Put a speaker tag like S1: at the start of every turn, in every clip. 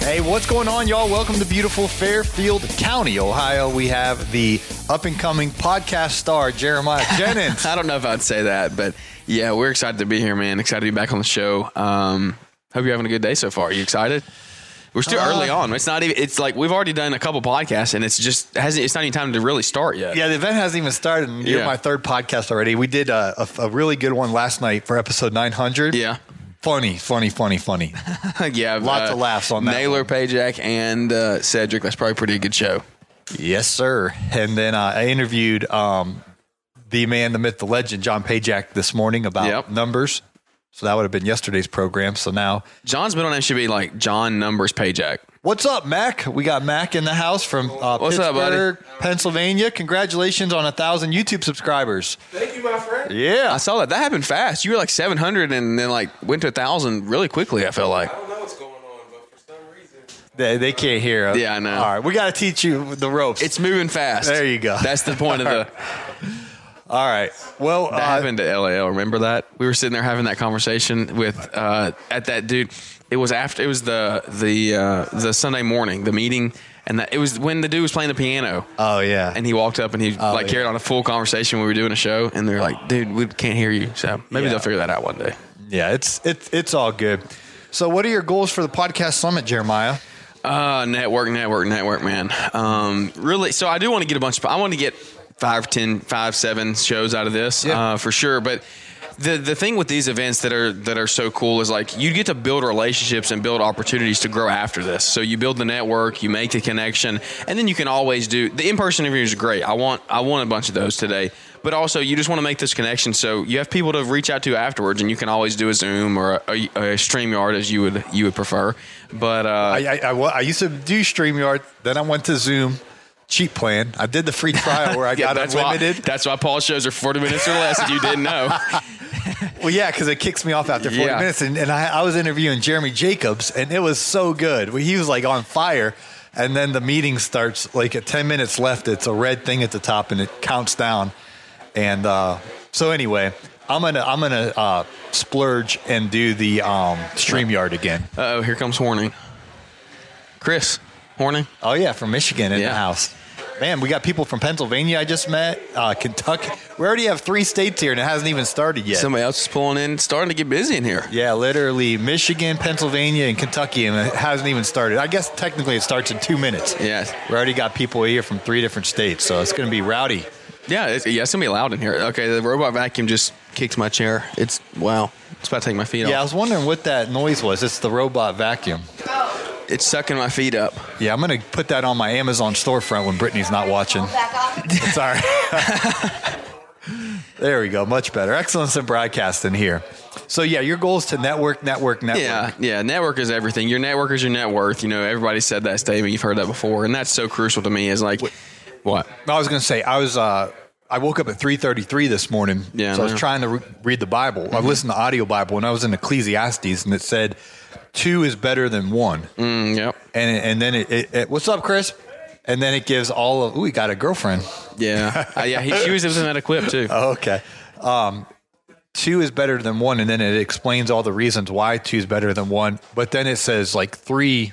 S1: Hey, what's going on, y'all? Welcome to beautiful Fairfield County, Ohio. We have the up and coming podcast star, Jeremiah Jennings.
S2: I don't know if I'd say that, but yeah, we're excited to be here, man. Excited to be back on the show. Um, hope you're having a good day so far. Are you excited? We're still early
S1: Uh,
S2: on. It's not even. It's like we've already done a couple podcasts, and it's just hasn't. It's not even time to really start yet.
S1: yeah, the event hasn't even started. And you're
S2: Yeah.
S1: my third podcast already. We did uh, a, a, a really good one last night for episode 900.
S2: Yeah.
S1: Funny, funny, funny, funny.
S2: yeah. uh,
S1: Lots of laughs on that
S2: Naylor, Pajak, and uh, Cedric. That's probably a pretty good show.
S1: yes, sir. And then uh, I interviewed um, the man, the myth, the legend, John Pajak, this morning about
S2: Yep.
S1: numbers. So that would have been yesterday's program. So now,
S2: John's middle name should be like John Numbers Pajak.
S1: what's up, Mac? We got Mac in the house from uh,
S2: What's up, buddy?
S1: Pittsburgh, Pennsylvania. Congratulations on a thousand YouTube subscribers.
S3: Thank you, my friend.
S1: Yeah,
S2: I saw that. That happened fast. You were like 700, and then like went to a thousand really quickly. I felt like.
S3: I don't know what's going on, but for some reason,
S1: They, they can't hear us.
S2: Yeah, I know.
S1: All right, we got to teach you the ropes.
S2: It's moving fast.
S1: There you go.
S2: That's the point of the.
S1: all right. Well, uh,
S2: That happened to LAL. Remember that? We were sitting there having that conversation with uh, at that dude. It was after it was the the uh, the Sunday morning the meeting, and that it was when the dude was playing the piano,
S1: oh yeah,
S2: and he walked up and he like
S1: yeah.
S2: carried on a full conversation. when We were doing a show, and they're like, "Dude, we can't hear you." So maybe
S1: Yeah.
S2: they'll figure that out one day.
S1: yeah. It's it's it's all good. So, what are your goals for the podcast summit, Jeremiah?
S2: Uh, network, network, network, man. Um, really. So I do want to get a bunch of. I want to get five, ten, five, seven shows out of this
S1: Yeah.
S2: uh, for sure. But the the thing with these events that are that are so cool is like you get to build relationships and build opportunities to grow after this. So you build the network, you make the connection, and then you can always do the in person interviews. Are great. I want I want a bunch of those today. But also, you just want to make this connection, so you have people to reach out to afterwards, and you can always do a Zoom or a, a, a StreamYard as you would you would prefer. But uh,
S1: I, I, I, wa- I used to do Streamyard, then I went to Zoom. Cheap plan. I did the free trial where I
S2: Yeah,
S1: got
S2: that's Why,
S1: unlimited.
S2: that's why Paul shows are 40 minutes or less if you didn't know.
S1: well, yeah, because it kicks me off after 40
S2: Yeah.
S1: minutes. And, and I, I was interviewing Jeremy Jacobs, and it was so good. Well, He was like on fire. And then the meeting starts like at 10 minutes left. It's a red thing at the top, and it counts down. And uh, so anyway, I'm gonna I'm gonna uh, splurge and do the um, Streamyard again.
S2: Oh, here comes Horning. Chris, Horning.
S1: Oh yeah, from Michigan in the
S2: Yeah.
S1: house. Man, we got people from Pennsylvania I just met, uh, Kentucky. We already have three states here, and it hasn't even started yet.
S2: Somebody else is pulling in. It's starting to get busy in here.
S1: yeah, literally Michigan, Pennsylvania, and Kentucky, and it hasn't even started. I guess technically it starts in two minutes.
S2: Yeah.
S1: We already got people here from three different states, so it's going to be rowdy.
S2: Yeah, it's, yeah, it's going to be loud in here. Okay, the robot vacuum just kicked my chair. It's, wow. It's about to take my feet
S1: Yeah, I
S2: off.
S1: was wondering what that noise was. It's the robot vacuum.
S2: It's sucking my feet up.
S1: Yeah, I'm going to put that on my Amazon storefront when Brittany's not watching.
S4: back off.
S1: Sorry. there we go. Much better. Excellence in broadcasting here. So yeah, your goal is to network, network, network.
S2: Yeah, yeah. Network is everything. Your network is your net worth. You know, everybody said that statement. You've heard that before. And that's so crucial to me is like, what?
S1: I was gonna say I was. Uh, I woke up at three thirty three this morning.
S2: Yeah,
S1: So I was
S2: no. Mm-hmm.
S1: trying to re- read the Bible. I listened to audio Bible, and I was in Ecclesiastes, and it said, two is better than one."
S2: Mm, yep.
S1: And and then it, it, it- what's up, Chris? And then it gives all of. Ooh, we got a girlfriend.
S2: Yeah. Uh, yeah, he, she was in that equip too.
S1: Okay. Um, two is better than one, and then it explains all the reasons why two is better than one. But then it says like three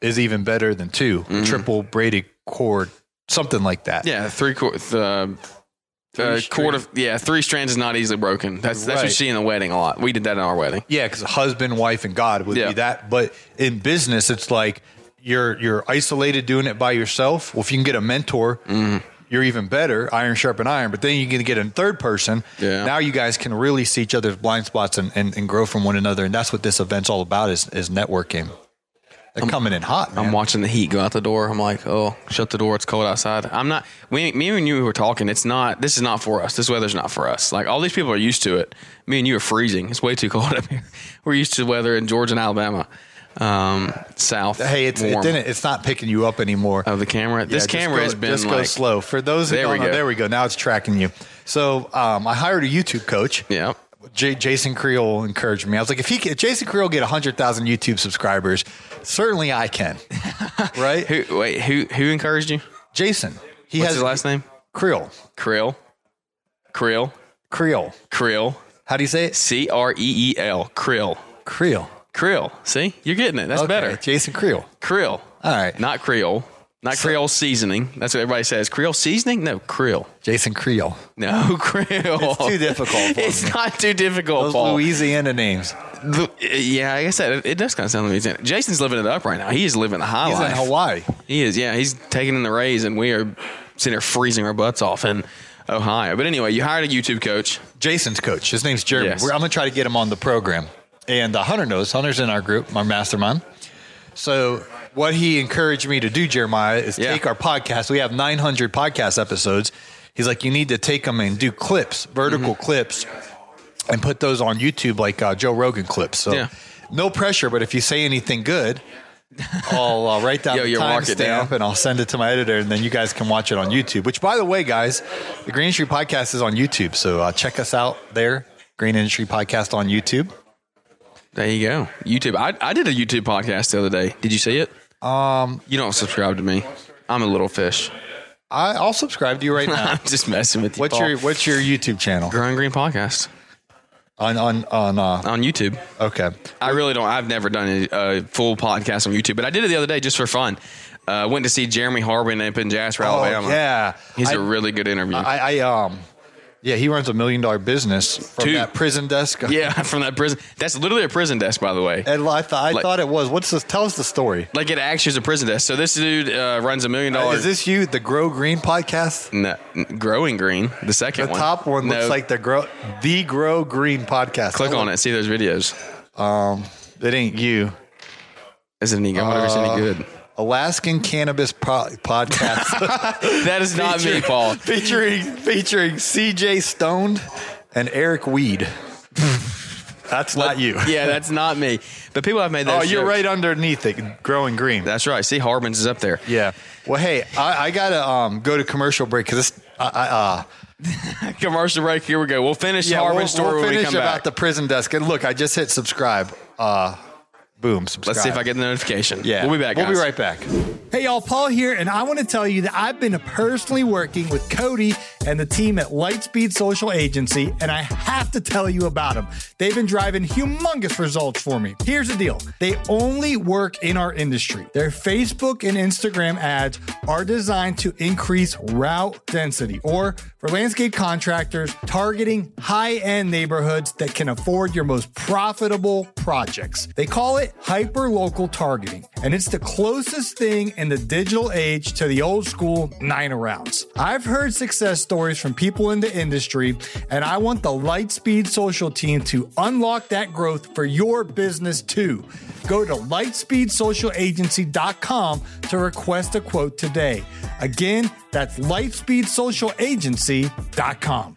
S1: is even better than 2
S2: Mm-hmm.
S1: triple braided cord, something like that.
S2: Yeah, three quarter. Uh, uh, quarter. Yeah, three strands is not easily broken. That's that's what you
S1: Right.
S2: see in the wedding a lot. We did that in our wedding.
S1: Yeah, because husband, wife, and God would
S2: Yeah.
S1: be that. But in business, it's like you're you're isolated doing it by yourself. Well, if you can get a mentor,
S2: Mm-hmm.
S1: you're even better. Iron sharpen iron. But then you can get a third person.
S2: Yeah.
S1: Now you guys can really see each other's blind spots and, and, and grow from one another. And that's what this event's all about is is networking. They're coming in hot. Man.
S2: I'm watching the heat go out the door. I'm like, oh, shut the door. It's cold outside. I'm not. We, me and you were talking. It's not. This is not for us. This weather's not for us. Like all these people are used to it. Me and you are freezing. It's way too cold up here. We're used to weather in Georgia and Alabama, um, south.
S1: Hey, it's it
S2: warm.
S1: didn't. It's not picking you up anymore.
S2: Of the camera.
S1: Yeah,
S2: this
S1: just
S2: camera
S1: go-
S2: has been
S1: just go
S2: like-
S1: slow for those. Who
S2: There
S1: don't
S2: we
S1: know,
S2: go.
S1: There we go. Now it's tracking you. So um, I hired a YouTube coach.
S2: Yeah.
S1: J- Jason Creel encouraged me. I was like, if he can, if Jason Creel get hundred thousand YouTube subscribers, certainly I can. right?
S2: Who? Wait. Who? Who encouraged you?
S1: Jason. He
S2: What's
S1: has
S2: his last name?
S1: Creel.
S2: Krill. Krill.
S1: Creel.
S2: Krill.
S1: How do you say it?
S2: C R E E L. Krill.
S1: Creel.
S2: Krill. See, you're getting it. That's
S1: Okay,
S2: better.
S1: Jason Creel.
S2: Krill.
S1: All right.
S2: Not Creole. Not Creole seasoning. That's what everybody says. Creole seasoning? No, Creole.
S1: Jason Creel.
S2: No, Creole. It's
S1: too difficult for
S2: it's
S1: me.
S2: not too difficult,
S1: Those
S2: Paul.
S1: Louisiana names.
S2: Lu- yeah, like I said, it does kind of sound Louisiana. Jason's living it up right now. He is living the high
S1: He's
S2: life.
S1: in Hawaii.
S2: He is, yeah. He's taking in the rays, and we are sitting there freezing our butts off in Ohio. But anyway, you hired a YouTube coach.
S1: Jason's coach. His name's Jeremy.
S2: Yes.
S1: We're- I'm going to try to get him on the program. And uh, Hunter knows. Hunter's in our group, our mastermind. So, what he encouraged me to do, Jeremiah, is
S2: Yeah.
S1: take our podcast. We have 900 podcast episodes. He's like, you need to take them and do clips, vertical
S2: Mm-hmm.
S1: clips, and put those on YouTube, like uh, Joe Rogan clips. So,
S2: Yeah.
S1: no pressure, but if you say anything good, I'll uh, write down
S2: Yo,
S1: the
S2: you'll mark it down.
S1: timestamp and I'll send it to my editor, and then you guys can watch it on YouTube. Which, by the way, guys, the Green Industry Podcast is on YouTube, so uh, check us out there. Green Industry Podcast on YouTube.
S2: There you go. YouTube. I, I did a YouTube podcast the other day. Did you see it? Um, you don't subscribe to me. I'm a little fish.
S1: I, I'll subscribe to you right now.
S2: I'm just messing with you.
S1: What's
S2: Paul.
S1: your What's your YouTube channel
S2: Growing Green podcast
S1: on on on? Uh,
S2: on YouTube?
S1: okay,
S2: I really don't. I've never done a, a full podcast on YouTube, but I did it the other day just for fun. Uh, went to see Jeremy Harbin up in Jasper, Alabama.
S1: Oh, yeah,
S2: he's
S1: I-
S2: a really good interview.
S1: I, I um, yeah, he runs a million dollar business from
S2: Two.
S1: that prison desk.
S2: yeah, from that prison. That's literally a prison desk, by the way.
S1: and I thought I
S2: Like-
S1: thought it was. What's this? Tell us the story.
S2: Like it actually is a prison desk. So this dude uh, runs a million dollars.
S1: Is this you, the Grow Green podcast?
S2: No, growing green? The second
S1: The
S2: one.
S1: top one looks
S2: No,
S1: like the grow the grow green podcast.
S2: Click on it. See those videos.
S1: Um, It ain't you.
S2: Is it any good? Whatever's any good.
S1: Alaskan cannabis pro- podcast
S2: That is not me,
S1: featuring-
S2: Paul.
S1: featuring featuring CJ Stoned and Eric Weed. That's not you.
S2: Yeah, that's not me. But people have made that.
S1: Oh, you're
S2: joke.
S1: right underneath it, growing green.
S2: That's right. See, Harbin's is up there.
S1: yeah. Well, hey, I, I gotta um, go to commercial break because I, I, uh,
S2: Commercial break. Here we go. We'll finish
S1: yeah,
S2: Harbin's
S1: we'll,
S2: story
S1: we'll
S2: when we
S1: finish
S2: come
S1: about
S2: back.
S1: the prison desk. And look, I just hit subscribe. Uh, boom, subscribe.
S2: Let's see if I get the notification.
S1: Yeah,
S2: we'll be back.
S1: We'll
S2: guys.
S1: be right back.
S4: Hey, y'all, Paul here, and I want to tell you that I've been personally working with Cody and the team at Lightspeed Social Agency, and I have to tell you about them. They've been driving humongous results for me. Here's the deal they only work in our industry. Their Facebook and Instagram ads are designed to increase route density, or for landscape contractors, targeting high end neighborhoods that can afford your most profitable projects. They call it hyper local targeting, and it's the closest thing in the digital age to the old school nine rounds. I've heard success stories from people in the industry, and I want the Lightspeed Social team to unlock that growth for your business too. Go to lightspeedsocialagency.com to request a quote today. Again, that's lightspeedsocialagency.com.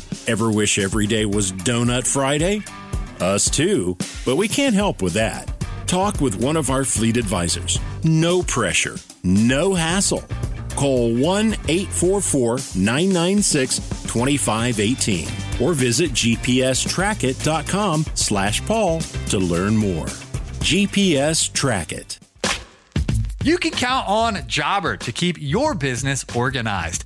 S5: Ever wish every day was Donut Friday? Us too, but we can't help with that. Talk with one of our fleet advisors. No pressure, no hassle. Call 1 844 996 2518 or visit gpstrackit.com slash Paul to learn more. GPS Track It.
S6: You can count on Jobber to keep your business organized.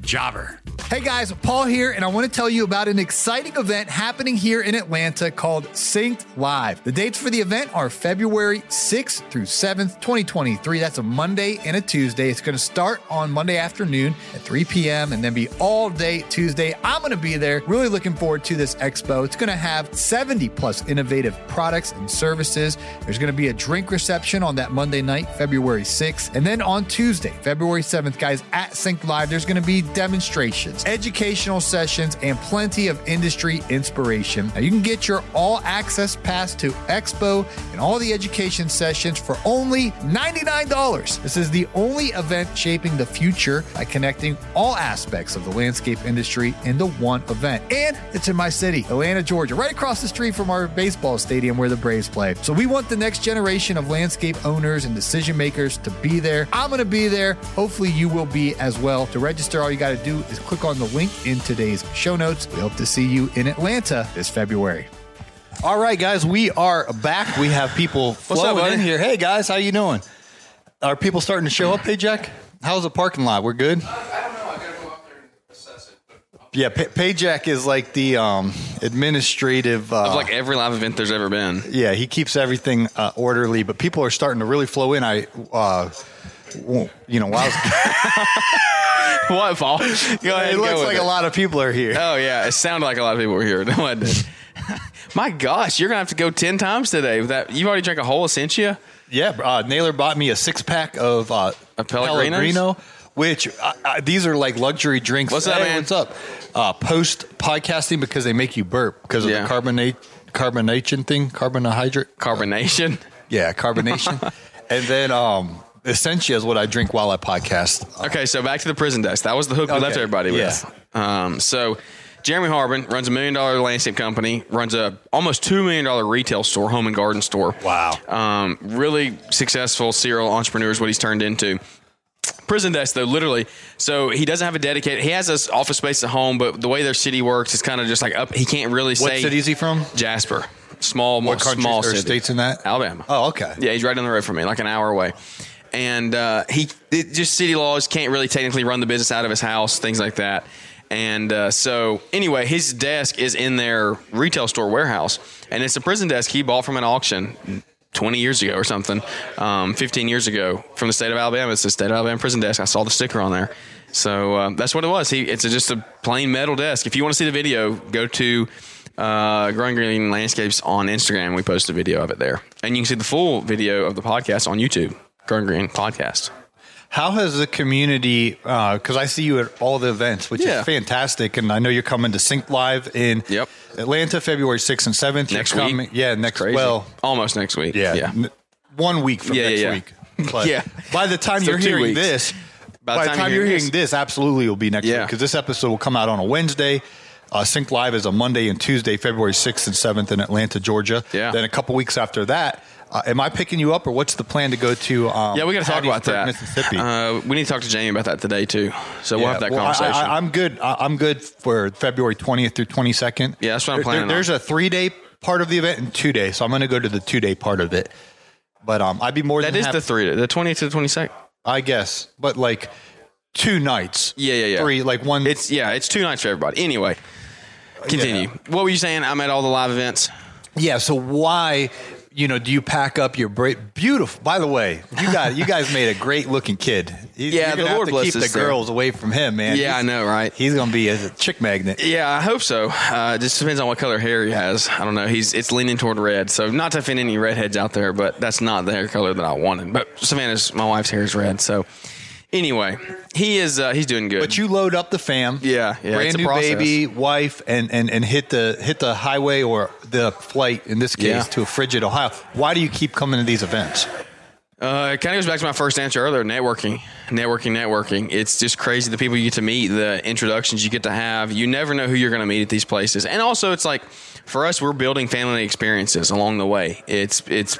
S6: Jobber.
S4: Hey guys, Paul here, and I want to tell you about an exciting event happening here in Atlanta called Synced Live. The dates for the event are February 6th through 7th, 2023. That's a Monday and a Tuesday. It's going to start on Monday afternoon at 3 p.m. and then be all day Tuesday. I'm going to be there. Really looking forward to this expo. It's going to have 70 plus innovative products and services. There's going to be a drink reception on that Monday night, February 6th. And then on Tuesday, February 7th, guys, at Sync Live, there's going to be demonstrations, educational sessions, and plenty of industry inspiration. Now, you can get your all access pass to Expo and all the education sessions for only $99. This is the only event shaping the future by connecting all aspects of the landscape industry into one event. And it's in my city, Atlanta, Georgia, right across the street from our baseball stadium where the Braves play. So we want the next generation of landscape owners and decision makers to be there. I'm going to be there. Hopefully, you will be as well. To register, all you got to do is click on the link in today's show notes. We hope to see you in Atlanta this February.
S1: All right, guys, we are back. We have people
S2: up,
S1: flowing
S2: buddy?
S1: in here. Hey, guys, how you doing? Are people starting to show up? Hey, Jack, how's the parking lot? We're good.
S3: I don't know. I gotta go up there and assess it. But
S1: Yeah, Pay- Payjack is like the um, administrative. Uh,
S2: Of like every live event there's ever been.
S1: yeah, he keeps everything uh, orderly, but people are starting to really flow in. I, uh, w- you know, while I was,
S2: what, Paul? Go ahead.
S1: it
S2: and go
S1: looks
S2: with
S1: like a lot of people are here.
S2: Oh yeah, it sounded like a lot of people were here. No, I did. My gosh, you're gonna have to go ten times today. With that you've already drank a whole Essentia.
S1: Yeah, uh, Naylor bought me a six pack of uh,
S2: A Pellegrino's?
S1: Pellegrino, which uh, uh, these are like luxury drinks.
S2: What's up,
S1: Hey,
S2: man?
S1: What's up? Uh, Post podcasting because they make you burp because of
S2: Yeah.
S1: the carbonate carbonation thing, carbohydrate.
S2: Carbonation.
S1: Yeah, carbonation. and then um, Essentia is what I drink while I podcast. Uh,
S2: Okay, so back to the prison desk. That was the hook we
S1: Okay,
S2: left everybody with. Um, so Jeremy Harbin runs a million dollar landscape company, runs a almost two million dollar retail store, home and garden store.
S1: Wow.
S2: Um, really successful serial entrepreneur is what he's turned into. Prison desk though, literally. So he doesn't have a dedicated. He has this office space at home, but the way their city works is kind of just like up. He can't really
S1: What
S2: say
S1: city is he from?
S2: Jasper, small,
S1: What country
S2: small
S1: or
S2: city.
S1: states in that?
S2: Alabama.
S1: Oh, okay.
S2: Yeah, he's right down the road from me, like an hour away. And uh, he it, just city laws can't really technically run the business out of his house, things like that. And uh, so, anyway, his desk is in their retail store warehouse, and it's a prison desk he bought from an auction. 20 years ago or something, um, 15 years ago from the state of Alabama. It's the state of Alabama prison desk. I saw the sticker on there. So uh, that's what it was. He, it's a, just a plain metal desk. If you want to see the video, go to uh, Growing Green Landscapes on Instagram. We post a video of it there. And you can see the full video of the podcast on YouTube, Growing Green Podcast.
S1: How has the community? Because I see you at all the events, which
S2: Yeah.
S1: is fantastic, and I know you're coming to Sync Live in
S2: Yep.
S1: Atlanta, February sixth and seventh.
S2: Next
S1: you're
S2: week?
S1: coming, yeah, next.
S2: Crazy.
S1: Well,
S2: almost next week.
S1: yeah,
S2: yeah.
S1: n- one week from
S2: Yeah, yeah,
S1: next
S2: yeah.
S1: week. But
S2: Yeah.
S1: By the time
S2: So
S1: you're
S2: two
S1: hearing
S2: weeks.
S1: this, by the time, you're hearing this, absolutely will be next
S2: Yeah.
S1: week because this episode will come out on a Wednesday. Uh, Sync Live is a Monday and Tuesday, February sixth and seventh in Atlanta, Georgia.
S2: Yeah.
S1: Then a couple weeks after that. Uh, am I picking you up, or what's the plan to go to? Um,
S2: Yeah, we got to talk about
S1: Hattiesburg,
S2: that.
S1: Mississippi.
S2: Uh, we need to talk to Jamie about that today too. So we'll have that
S1: well, I-
S2: conversation.
S1: I, am good. I, I'm good for February 20th through 22nd.
S2: Yeah, that's what
S1: There-
S2: I'm
S1: there-
S2: planning on.
S1: There's a three day part of the event and two days, so I'm going to go to the two day part of it. But um, I'd be more
S2: that
S1: than
S2: is
S1: hap-
S2: the three, the 20th to the 22nd.
S1: I guess, but like two nights.
S2: Yeah, yeah, yeah.
S1: Three, like one.
S2: It's yeah, it's two nights for everybody. Anyway, continue. What were you saying? I'm at all the live events.
S1: yeah. So why? You know, do you pack up your bra- beautiful? By the way, you got you guys made a great looking kid. You-
S2: Yeah,
S1: you're
S2: the
S1: gonna have
S2: Lord
S1: to keep
S2: blesses
S1: the
S2: them.
S1: girls away from him, man.
S2: Yeah,
S1: He's-
S2: I know, right?
S1: He's gonna be a chick magnet.
S2: Yeah, I hope so. Uh, it just depends on what color hair he has. I don't know. He's it's leaning toward red. So not to offend any redheads out there, but that's not the hair color that I wanted. But Savannah's my wife's hair is red. So anyway, he is uh, he's doing good.
S1: But you load up the fam.
S2: Yeah, yeah,
S1: Brand
S2: it's a
S1: new
S2: process.
S1: baby, wife, and, and and hit the hit the highway or the flight in this case
S2: Yeah.
S1: to a frigid Ohio. Why do you keep coming to these events?
S2: Uh, it kind of goes back to my first answer earlier: networking, networking, networking. It's just crazy the people you get to meet, the introductions you get to have. You never know who you're going to meet at these places, and also it's like for us, we're building family experiences along the way. It's it's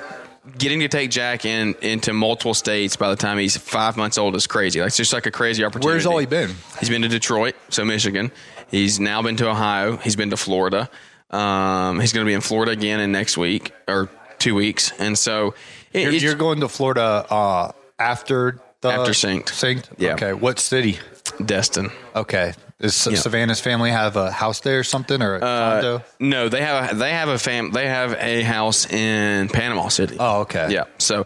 S2: getting to take Jack in into multiple states by the time he's five months old is crazy. Like it's just like a crazy opportunity.
S1: Where's all he been?
S2: He's been to Detroit, so Michigan. He's now been to Ohio. He's been to Florida. Um, he's going to be in Florida again in next week or two weeks. And so it-
S1: You're,
S2: it's-
S1: you're going to Florida uh, after the
S2: After synced.
S1: Synced.
S2: Yeah.
S1: Okay. What city?
S2: Destin.
S1: Okay. Does Savannah's family have a house there or something
S2: Uh,
S1: or a condo?
S2: No, they have a, they have a fam they have a house in Panama City.
S1: Oh, okay.
S2: Yeah. So,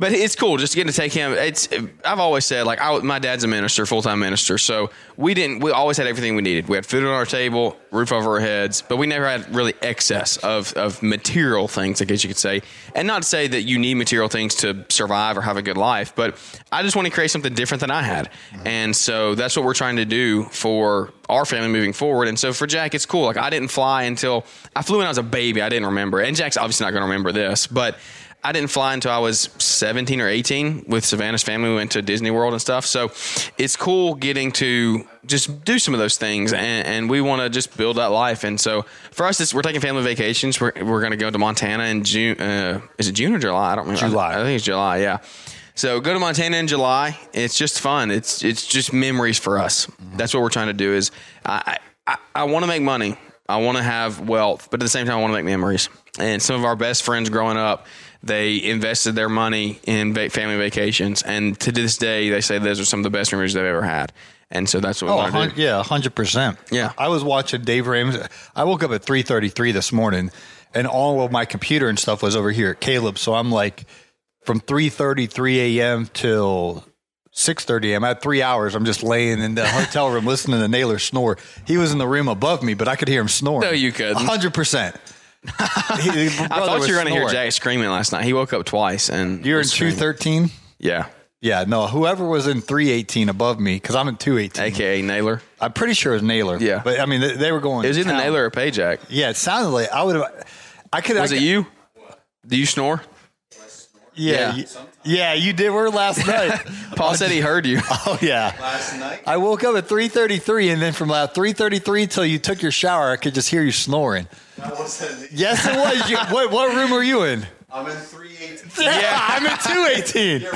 S2: but it's cool just getting to take him. It's I've always said like I, my dad's a minister, full time minister. So we didn't we always had everything we needed. We had food on our table, roof over our heads, but we never had really excess of of material things, I guess you could say. And not to say that you need material things to survive or have a good life, but I just want to create something different than I had, and so that's what we're trying to do for our family moving forward. And so for Jack, it's cool. Like I didn't fly until I flew when I was a baby. I didn't remember, and Jack's obviously not going to remember this, but. I didn't fly until I was 17 or 18 with Savannah's family. We went to Disney World and stuff. So it's cool getting to just do some of those things. And, and we want to just build that life. And so for us, it's, we're taking family vacations. We're, we're going to go to Montana in June. Uh, is it June or July? I don't remember.
S1: July.
S2: I, think it's July. Yeah. So go to Montana in July. It's just fun. It's, it's just memories for us.
S1: Mm-hmm.
S2: That's what we're trying to do is I, I, I want to make money. I want to have wealth, but at the same time, I want to make memories. And some of our best friends growing up, they invested their money in va- family vacations, and to this day, they say those are some of the best memories they've ever had. And so that's what we
S1: Oh, a
S2: want to
S1: hun-
S2: do.
S1: yeah, hundred percent.
S2: Yeah.
S1: I was watching Dave Ramsey. I woke up at three thirty three this morning, and all of my computer and stuff was over here at Caleb. So I'm like, from three thirty three a.m. till six thirty a.m. I had three hours. I'm just laying in the hotel room listening to Naylor snore. He was in the room above me, but I could hear him snoring.
S2: No, you couldn't.
S1: hundred percent. I
S2: I thought you were going to hear Jack screaming last night. He woke up twice, and
S1: You're in
S2: was
S1: two
S2: screaming.
S1: thirteen.
S2: Yeah,
S1: Yeah, no. Whoever was in three eighteen above me, because I'm in two eighteen.
S2: aka Naylor.
S1: I'm pretty sure it was Naylor.
S2: Yeah.
S1: but I mean, they, they were going.
S2: It was either
S1: town.
S2: Naylor or Payjack.
S1: Yeah, it sounded like I would have. I could.
S2: Was
S1: I,
S2: it you? Do you snore?
S1: Yeah,
S2: Yeah.
S1: yeah. yeah, you did. Were last night.
S2: Paul said he heard you.
S1: oh yeah.
S3: Last night,
S1: I woke up at three thirty three, and then from about three thirty three till you took your shower, I could just hear you snoring.
S3: I was in,
S1: Yes, it was. You, what, what room were you in?
S3: I'm in 318.
S1: Yeah, I'm in two eighteen.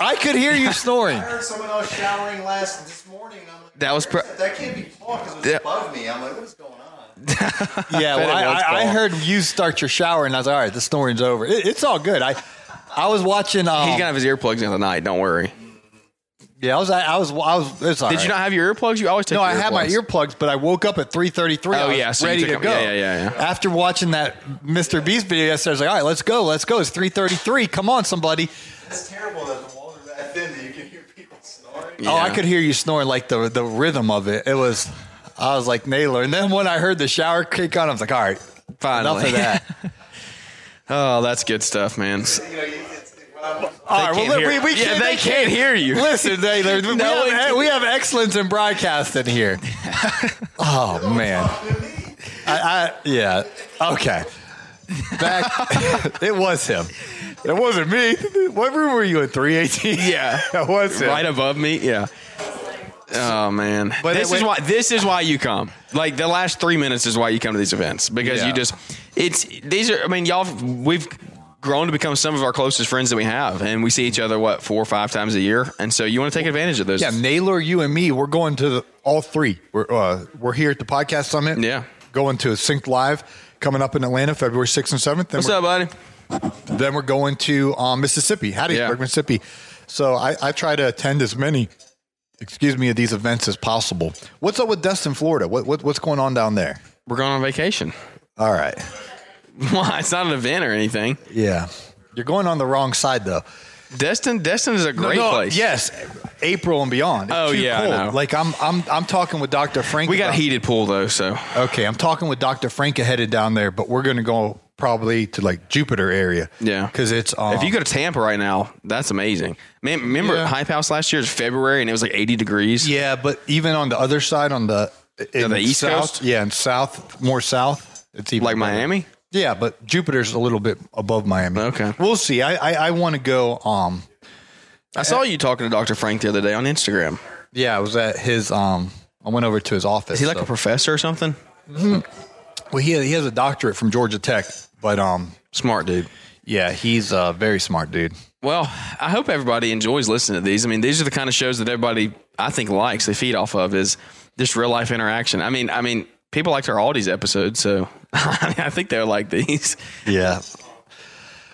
S1: I could hear you snoring.
S3: I heard someone else showering last this morning. And I'm like,
S2: That was
S3: "Where's
S2: pro-
S3: that? that can't be Paul because it was
S2: Yeah.
S3: above me. I'm like, what is going on?
S1: Yeah, well,
S2: it was
S1: I, I, I
S2: Paul.
S1: heard you start your shower, and I was like, all right, the snoring's over. It, it's all good. I, I was watching. Um,
S2: He's gonna have his earplugs in tonight. Don't worry.
S1: yeah, I was. I, was. I was. It's all
S2: Did
S1: right.
S2: you not have your earplugs? You always take.
S1: No,
S2: your
S1: I had my
S2: earplugs.
S1: earplugs, but I woke up at three thirty-three.
S2: Oh,
S1: I was
S2: yeah, so you
S1: ready
S2: took
S1: to
S2: them-
S1: go.
S2: yeah, yeah, yeah.
S1: After watching that Mr. Beast video yesterday, I was like, "All right, let's go, let's go." It's three thirty-three. Come on, somebody.
S3: It's terrible that the walls are that thin that you can hear people snoring.
S1: Oh, I
S2: Yeah.
S1: could hear you snoring like the the rhythm of it. It was, I was like Naylor. And then when I heard the shower kick on, I was like, "All right, enough
S2: Finally.
S1: of that."
S2: Oh, that's good stuff, man.
S3: You know, you, it's, when I'm,
S1: All right,
S2: can't
S1: well,
S2: hear-
S1: we, we
S2: Yeah,
S1: can't,
S2: they can't hear you.
S1: Listen, Naylor, we,
S2: No, we
S1: have, e-
S2: can't.
S1: we have excellence in broadcasting here. oh man, I, I yeah, okay. Back, it was him. It wasn't me. What room were you in? Three eighteen.
S2: Yeah.
S1: it was him.
S2: Right above me. Yeah. Oh man.
S1: But
S2: this
S1: it
S2: is why
S1: went-
S2: this is why you come. Like the last three minutes is why you come to these events because you
S1: Yeah.
S2: just it's these are. I mean, y'all we've grown to become some of our closest friends that we have, and we see each other what four or five times a year, and so you want to take advantage of those.
S1: Yeah, Naylor, you and me, we're going to the, all three. We're uh, we're here at the podcast summit.
S2: Yeah.
S1: going to Synced Live coming up in Atlanta, February sixth and seventh.
S2: What's up, buddy?
S1: Then we're going to um, Mississippi, Hattiesburg,
S2: Yeah.
S1: Mississippi. So I, I try to attend as many, excuse me, of these events as possible. What's up with Destin, Florida? What, what what's going on down there?
S2: We're going on vacation.
S1: All right,
S2: Why? It's not an event or anything.
S1: yeah, you're going on the wrong side though.
S2: Destin. Destin is a great
S1: No, no,
S2: place.
S1: Yes, April and beyond. It's
S2: Oh,
S1: too
S2: yeah, I
S1: cold.
S2: know.
S1: like I'm I'm I'm talking with Dr. Frank.
S2: We got a
S1: about-
S2: heated pool though, so
S1: Okay, I'm talking with Dr. Frank headed down there, but we're gonna go probably to like Jupiter area.
S2: Yeah.
S1: because it's um,
S2: If you go to Tampa right now, that's amazing. Man, remember
S1: Yeah.
S2: Hype House last year? It was February and it was like 80 degrees.
S1: Yeah, but even on the other side, on the in
S2: the East
S1: south,
S2: Coast?
S1: yeah, and south, more south, it's even
S2: Like
S1: better.
S2: Miami?
S1: Yeah, but Jupiter's a little bit above Miami.
S2: Okay.
S1: we'll see. I I, I want to go. Um,
S2: I saw you talking to Dr. Frank the other day on Instagram.
S1: yeah, I was at his. Um, I went over to his office.
S2: Is he like
S1: so-
S2: a professor or something?
S1: well, he he has a doctorate from Georgia Tech, but um,
S2: Smart dude.
S1: Yeah, he's a very smart dude.
S2: Well, I hope everybody enjoys listening to these. I mean, these are the kind of shows that everybody I think likes. They feed off of is just real life interaction. I mean, I mean, people liked our Aldi's episode, so I, mean, I think they'll like these.
S1: Yeah.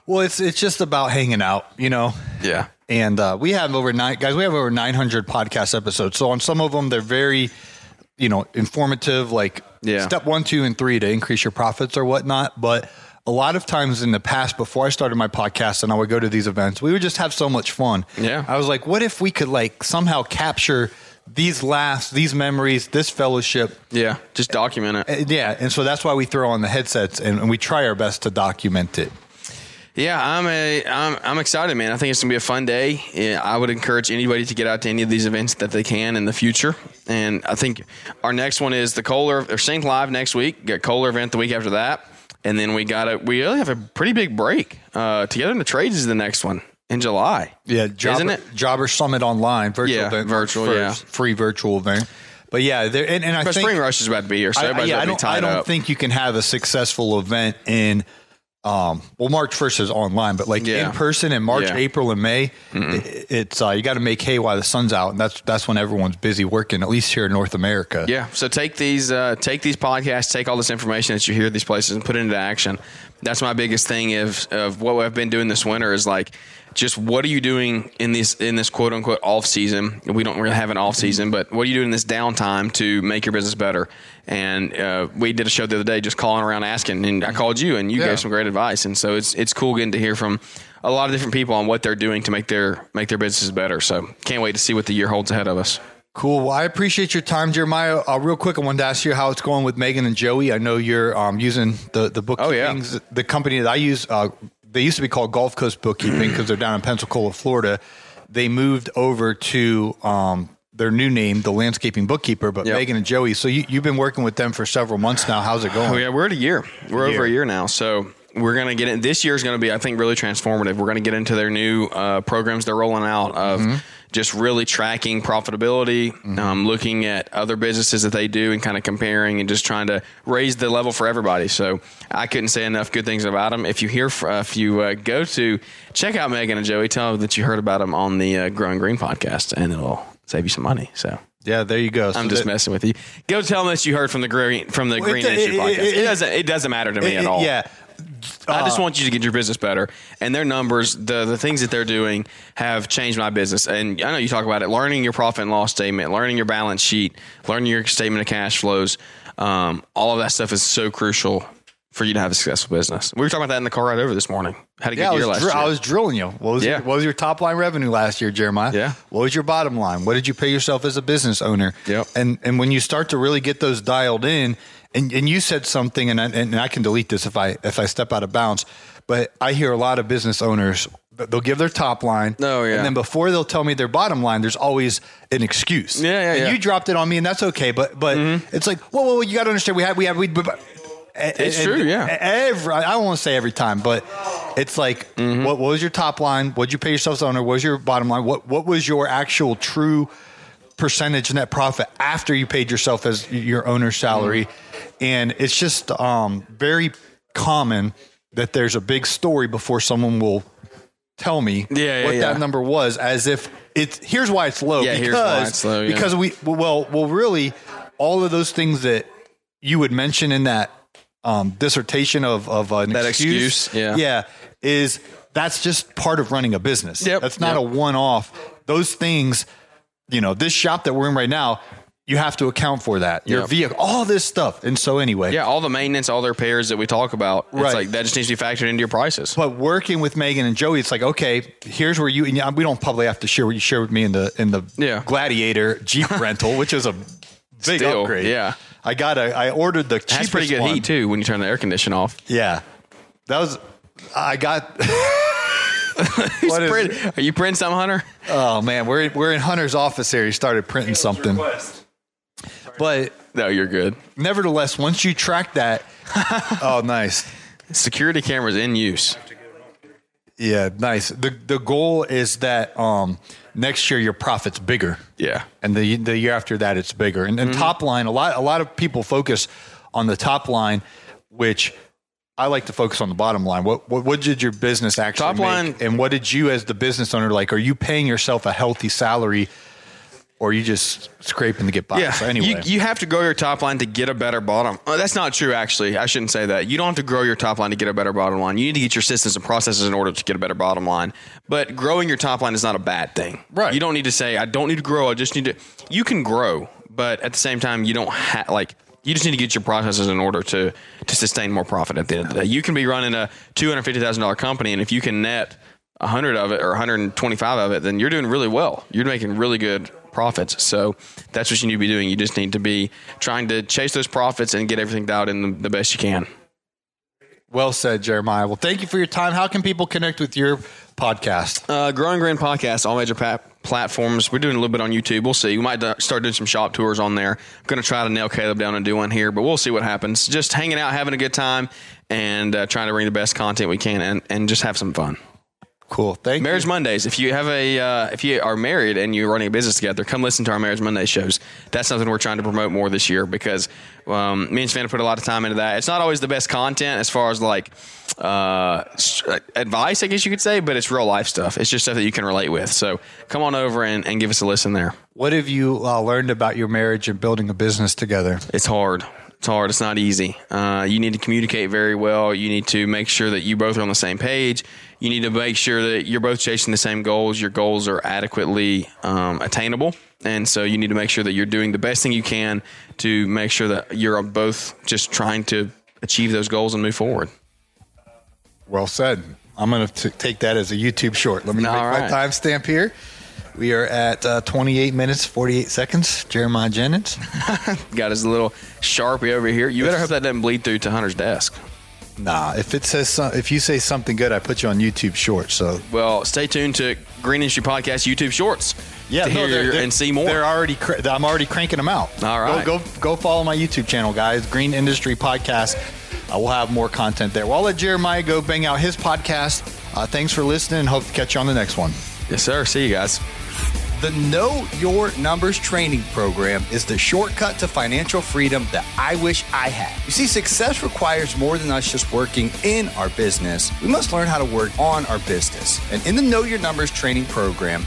S1: Well, it's it's just about hanging out, you know.
S2: Yeah.
S1: And uh, we have over nine guys. We have over nine hundred podcast episodes. So on some of them, they're very, you know, informative, like
S2: Yeah.
S1: step one, two, and three to increase your profits or whatnot. But a lot of times in the past, before I started my podcast, and I would go to these events, we would just have so much fun.
S2: Yeah.
S1: I was like, what if we could like somehow capture these laughs, these memories, this fellowship
S2: Yeah. Just document it.
S1: Uh, Yeah, and so that's why we throw on the headsets and, and we try our best to document it.
S2: Yeah, I'm a I'm I'm excited, man. I think it's gonna be a fun day. Yeah, I would encourage anybody to get out to any of these events that they can in the future. And I think our next one is the Kohler or Sync Live next week. Got Kohler event the week after that, and then we got a we really have a pretty big break. Uh, Together in the Trades is the next one in July.
S1: Yeah, Jobber,
S2: isn't it?
S1: Jobber Summit online, virtual,
S2: Yeah,
S1: event,
S2: virtual,
S1: first,
S2: yeah.
S1: free virtual event. But yeah, there and, and I
S2: But
S1: think
S2: Spring Rush is about to be here,
S1: I,
S2: so
S1: I-
S2: everybody's
S1: yeah,
S2: gonna
S1: I
S2: be
S1: don't,
S2: tied
S1: I don't
S2: up.
S1: think you can have a successful event in. Um, well, March first is online, but like
S2: Yeah.
S1: in person in March,
S2: Yeah.
S1: April, and May, i- it's uh, you got to make hay while the sun's out, and that's that's when everyone's busy working, at least here in North America.
S2: Yeah. So take these, uh, take these podcasts, take all this information that you hear at these places, and put it into action. That's my biggest thing of of what I've been doing this winter is like, just what are you doing in this in this quote unquote off season? We don't really have an off season, but what are you doing in this downtime to make your business better? And uh, we did a show the other day, just calling around asking, and I called you, and you
S1: Yeah.
S2: gave some great advice, and so it's it's cool getting to hear from. A lot of different people on what they're doing to make their make their businesses better. So can't wait to see what the year holds ahead of us.
S1: Cool. Well, I appreciate your time, Jeremiah. Uh, real quick, I wanted to ask you how it's going with Megan and Joey. I know you're um, using the the
S2: Oh,
S1: bookkeeping. The company that I use, uh, they used to be called Gulf Coast Bookkeeping because they're down in Pensacola, Florida. They moved over to um, their new name, the Landscaping Bookkeeper. But
S2: Yep.
S1: Megan and Joey. So you, you've been working with them for several months now. How's it going?
S2: Oh, yeah, we're at a year. We're over a year now. So we're going to get in. This year is going to be, I think, really transformative. We're going to get into their new uh, programs they're rolling out of just really tracking profitability, um, looking at other businesses that they do and kind of comparing and just trying to raise the level for everybody. So I couldn't say enough good things about them. If you hear, fr- uh, if you uh, go to check out Megan and Joey, tell them that you heard about them on the uh, Growing Green podcast and it'll save you some money. So.
S1: Yeah, there you go. So
S2: I'm just
S1: that-
S2: messing with you. Go tell them that you heard from the green from the
S1: Well, it-
S2: green
S1: it-
S2: issue
S1: it-
S2: podcast. It,
S1: it-
S2: doesn't it doesn't matter to me
S1: it-
S2: at
S1: it-
S2: all.
S1: Yeah. Uh,
S2: I just want you to get your business better. And their numbers, the the things that they're doing have changed my business. And I know you talk about it, learning your profit and loss statement, learning your balance sheet, learning your statement of cash flows. Um, all of that stuff is so crucial for you to have a successful business. We were talking about that in the car ride over this morning. Had a good
S1: Yeah, I
S2: year
S1: was,
S2: last
S1: dr-
S2: year.
S1: I was drilling you. What was, your,
S2: Yeah.
S1: what was your top line revenue last year, Jeremiah?
S2: Yeah.
S1: What was your bottom line? What did you pay yourself as a business owner?
S2: Yep.
S1: And and when you start to really get those dialed in, and, and you said something, and I, and I can delete this if I if I step out of bounds, but I hear a lot of business owners th- they'll give their top line.
S2: Oh, yeah.
S1: And then before they'll tell me their bottom line, there's always an excuse.
S2: Yeah, yeah,
S1: And
S2: yeah. Mm-hmm.
S1: You dropped it on me, and that's okay. But but it's like whoa, whoa, whoa, you got to understand. We have we have we.
S2: It's true, yeah.
S1: Every I won't say every time, but it's like
S2: Mm-hmm.
S1: what, what was your top line? What'd you pay yourselves on, or what was your bottom line? What what was your actual true percentage net profit after you paid yourself as your owner's salary?
S2: Mm-hmm.
S1: And it's just um, very common that there's a big story before someone will tell me
S2: Yeah, yeah,
S1: what
S2: yeah.
S1: that number was, as if it's here's why it's low.
S2: Yeah,
S1: because,
S2: here's why it's low, yeah.
S1: because we well well really all of those things that you would mention in that um, dissertation of of an
S2: That
S1: excuse,
S2: excuse, yeah.
S1: is that's just part of running a business.
S2: Yep,
S1: That's not
S2: yep.
S1: a one off. Those things, you know, this shop that we're in right now, you have to account for that. Your
S2: Yep.
S1: vehicle, all this stuff. And so anyway,
S2: yeah, all the maintenance, all the repairs that we talk about, it's
S1: Right.
S2: like that just needs to be factored into your prices.
S1: but working with Megan and Joey, it's like okay, here's where you and yeah, we don't probably have to share what you shared with me in the in the
S2: Yeah.
S1: Gladiator Jeep rental, which is a big
S2: Still,
S1: upgrade.
S2: yeah.
S1: I got a I ordered the
S2: That's
S1: cheapest
S2: pretty good
S1: one.
S2: heat too when you turn the air conditioner off.
S1: Yeah, that was I got. What is
S2: Print-
S1: it?
S2: are you printing some hunter?
S1: Oh man, we're we're in Hunter's office here. He started printing something,
S3: Request.
S1: but
S2: No, you're good.
S1: nevertheless, once you track that, oh nice.
S2: Security cameras in use.
S1: Yeah, nice. The the goal is that um, next year your profit's bigger.
S2: Yeah.
S1: and the the year after that it's
S2: Mm-hmm.
S1: bigger. And then top line, a lot a lot of people focus on the top line, which I like to focus on the bottom line. What what, what did your business actually
S2: Top
S1: make?
S2: line-
S1: and what did you as the business owner like? Are you paying yourself a healthy salary, or are you just scraping to get by? So anyway,
S2: you, you have to grow your top line to get a better bottom. Oh, that's not true, actually. I shouldn't say that. You don't have to grow your top line to get a better bottom line. You need to get your systems and processes in order to get a better bottom line. But growing your top line is not a bad thing.
S1: Right.
S2: You don't need to say, I don't need to grow. I just need to. You can grow, but at the same time, you don't have, like, you just need to get your processes in order to, to sustain more profit at the end of the day. You can be running a $250,000 company, and if you can net 100 of it or 125 of it, then you're doing really well. You're making really good profits. So that's what you need to be doing. You just need to be trying to chase those profits and get everything dialed in the, the best you can.
S1: well said, Jeremiah. Well, thank you for your time. How can people connect with your podcast?
S2: Uh, Growing Grand Podcast, all major pa- platforms. We're doing a little bit on YouTube. We'll see. We might do- start doing some shop tours on there. I'm going to try to nail Caleb down and do one here, but we'll see what happens. Just hanging out, having a good time, and uh, trying to bring the best content we can and, and just have some fun.
S1: Cool. Thank you.
S2: Marriage Mondays. If you have a, uh, if you are married and you're running a business together, come listen to our Marriage Monday shows. That's something we're trying to promote more this year because um, me and Savannah put a lot of time into that. It's not always the best content as far as like uh, s- advice, I guess you could say, but it's real life stuff. It's just stuff that you can relate with. So come on over and, and give us a listen there.
S1: What have you uh, learned about your marriage and building a business together?
S2: It's hard. It's hard. It's not easy. Uh, you need to communicate very well. You need to make sure that you both are on the same page. You need to make sure that you're both chasing the same goals. Your goals are adequately um, attainable. And so you need to make sure that you're doing the best thing you can to make sure that you're both just trying to achieve those goals and move forward.
S1: Well said. I'm going to take that as a YouTube short. Let me
S2: All
S1: make my
S2: right.
S1: timestamp here. We are at uh, 28 minutes, 48 seconds. Jeremiah Jennings.
S2: Got his little Sharpie over here. You better hope that doesn't bleed through to Hunter's desk.
S1: Nah, if it says some, if you say something good, I put you on YouTube short. So
S2: Well, stay tuned to Green Industry Podcast YouTube Shorts to
S1: no,
S2: hear
S1: they're- they're-
S2: and see more.
S1: They're already cr- I'm already cranking them out.
S2: All right.
S1: go, go go follow my YouTube channel, guys. Green Industry Podcast. Uh, we'll have more content there. Well, I'll let Jeremiah go bang out his podcast. Uh, thanks for listening, and hope to catch you on the next one.
S2: yes, sir. See you guys.
S1: The Know Your Numbers training program is the shortcut to financial freedom that I wish I had.
S7: You see, success requires more than us just working in our business. We must learn how to work on our business. And in the Know Your Numbers training program,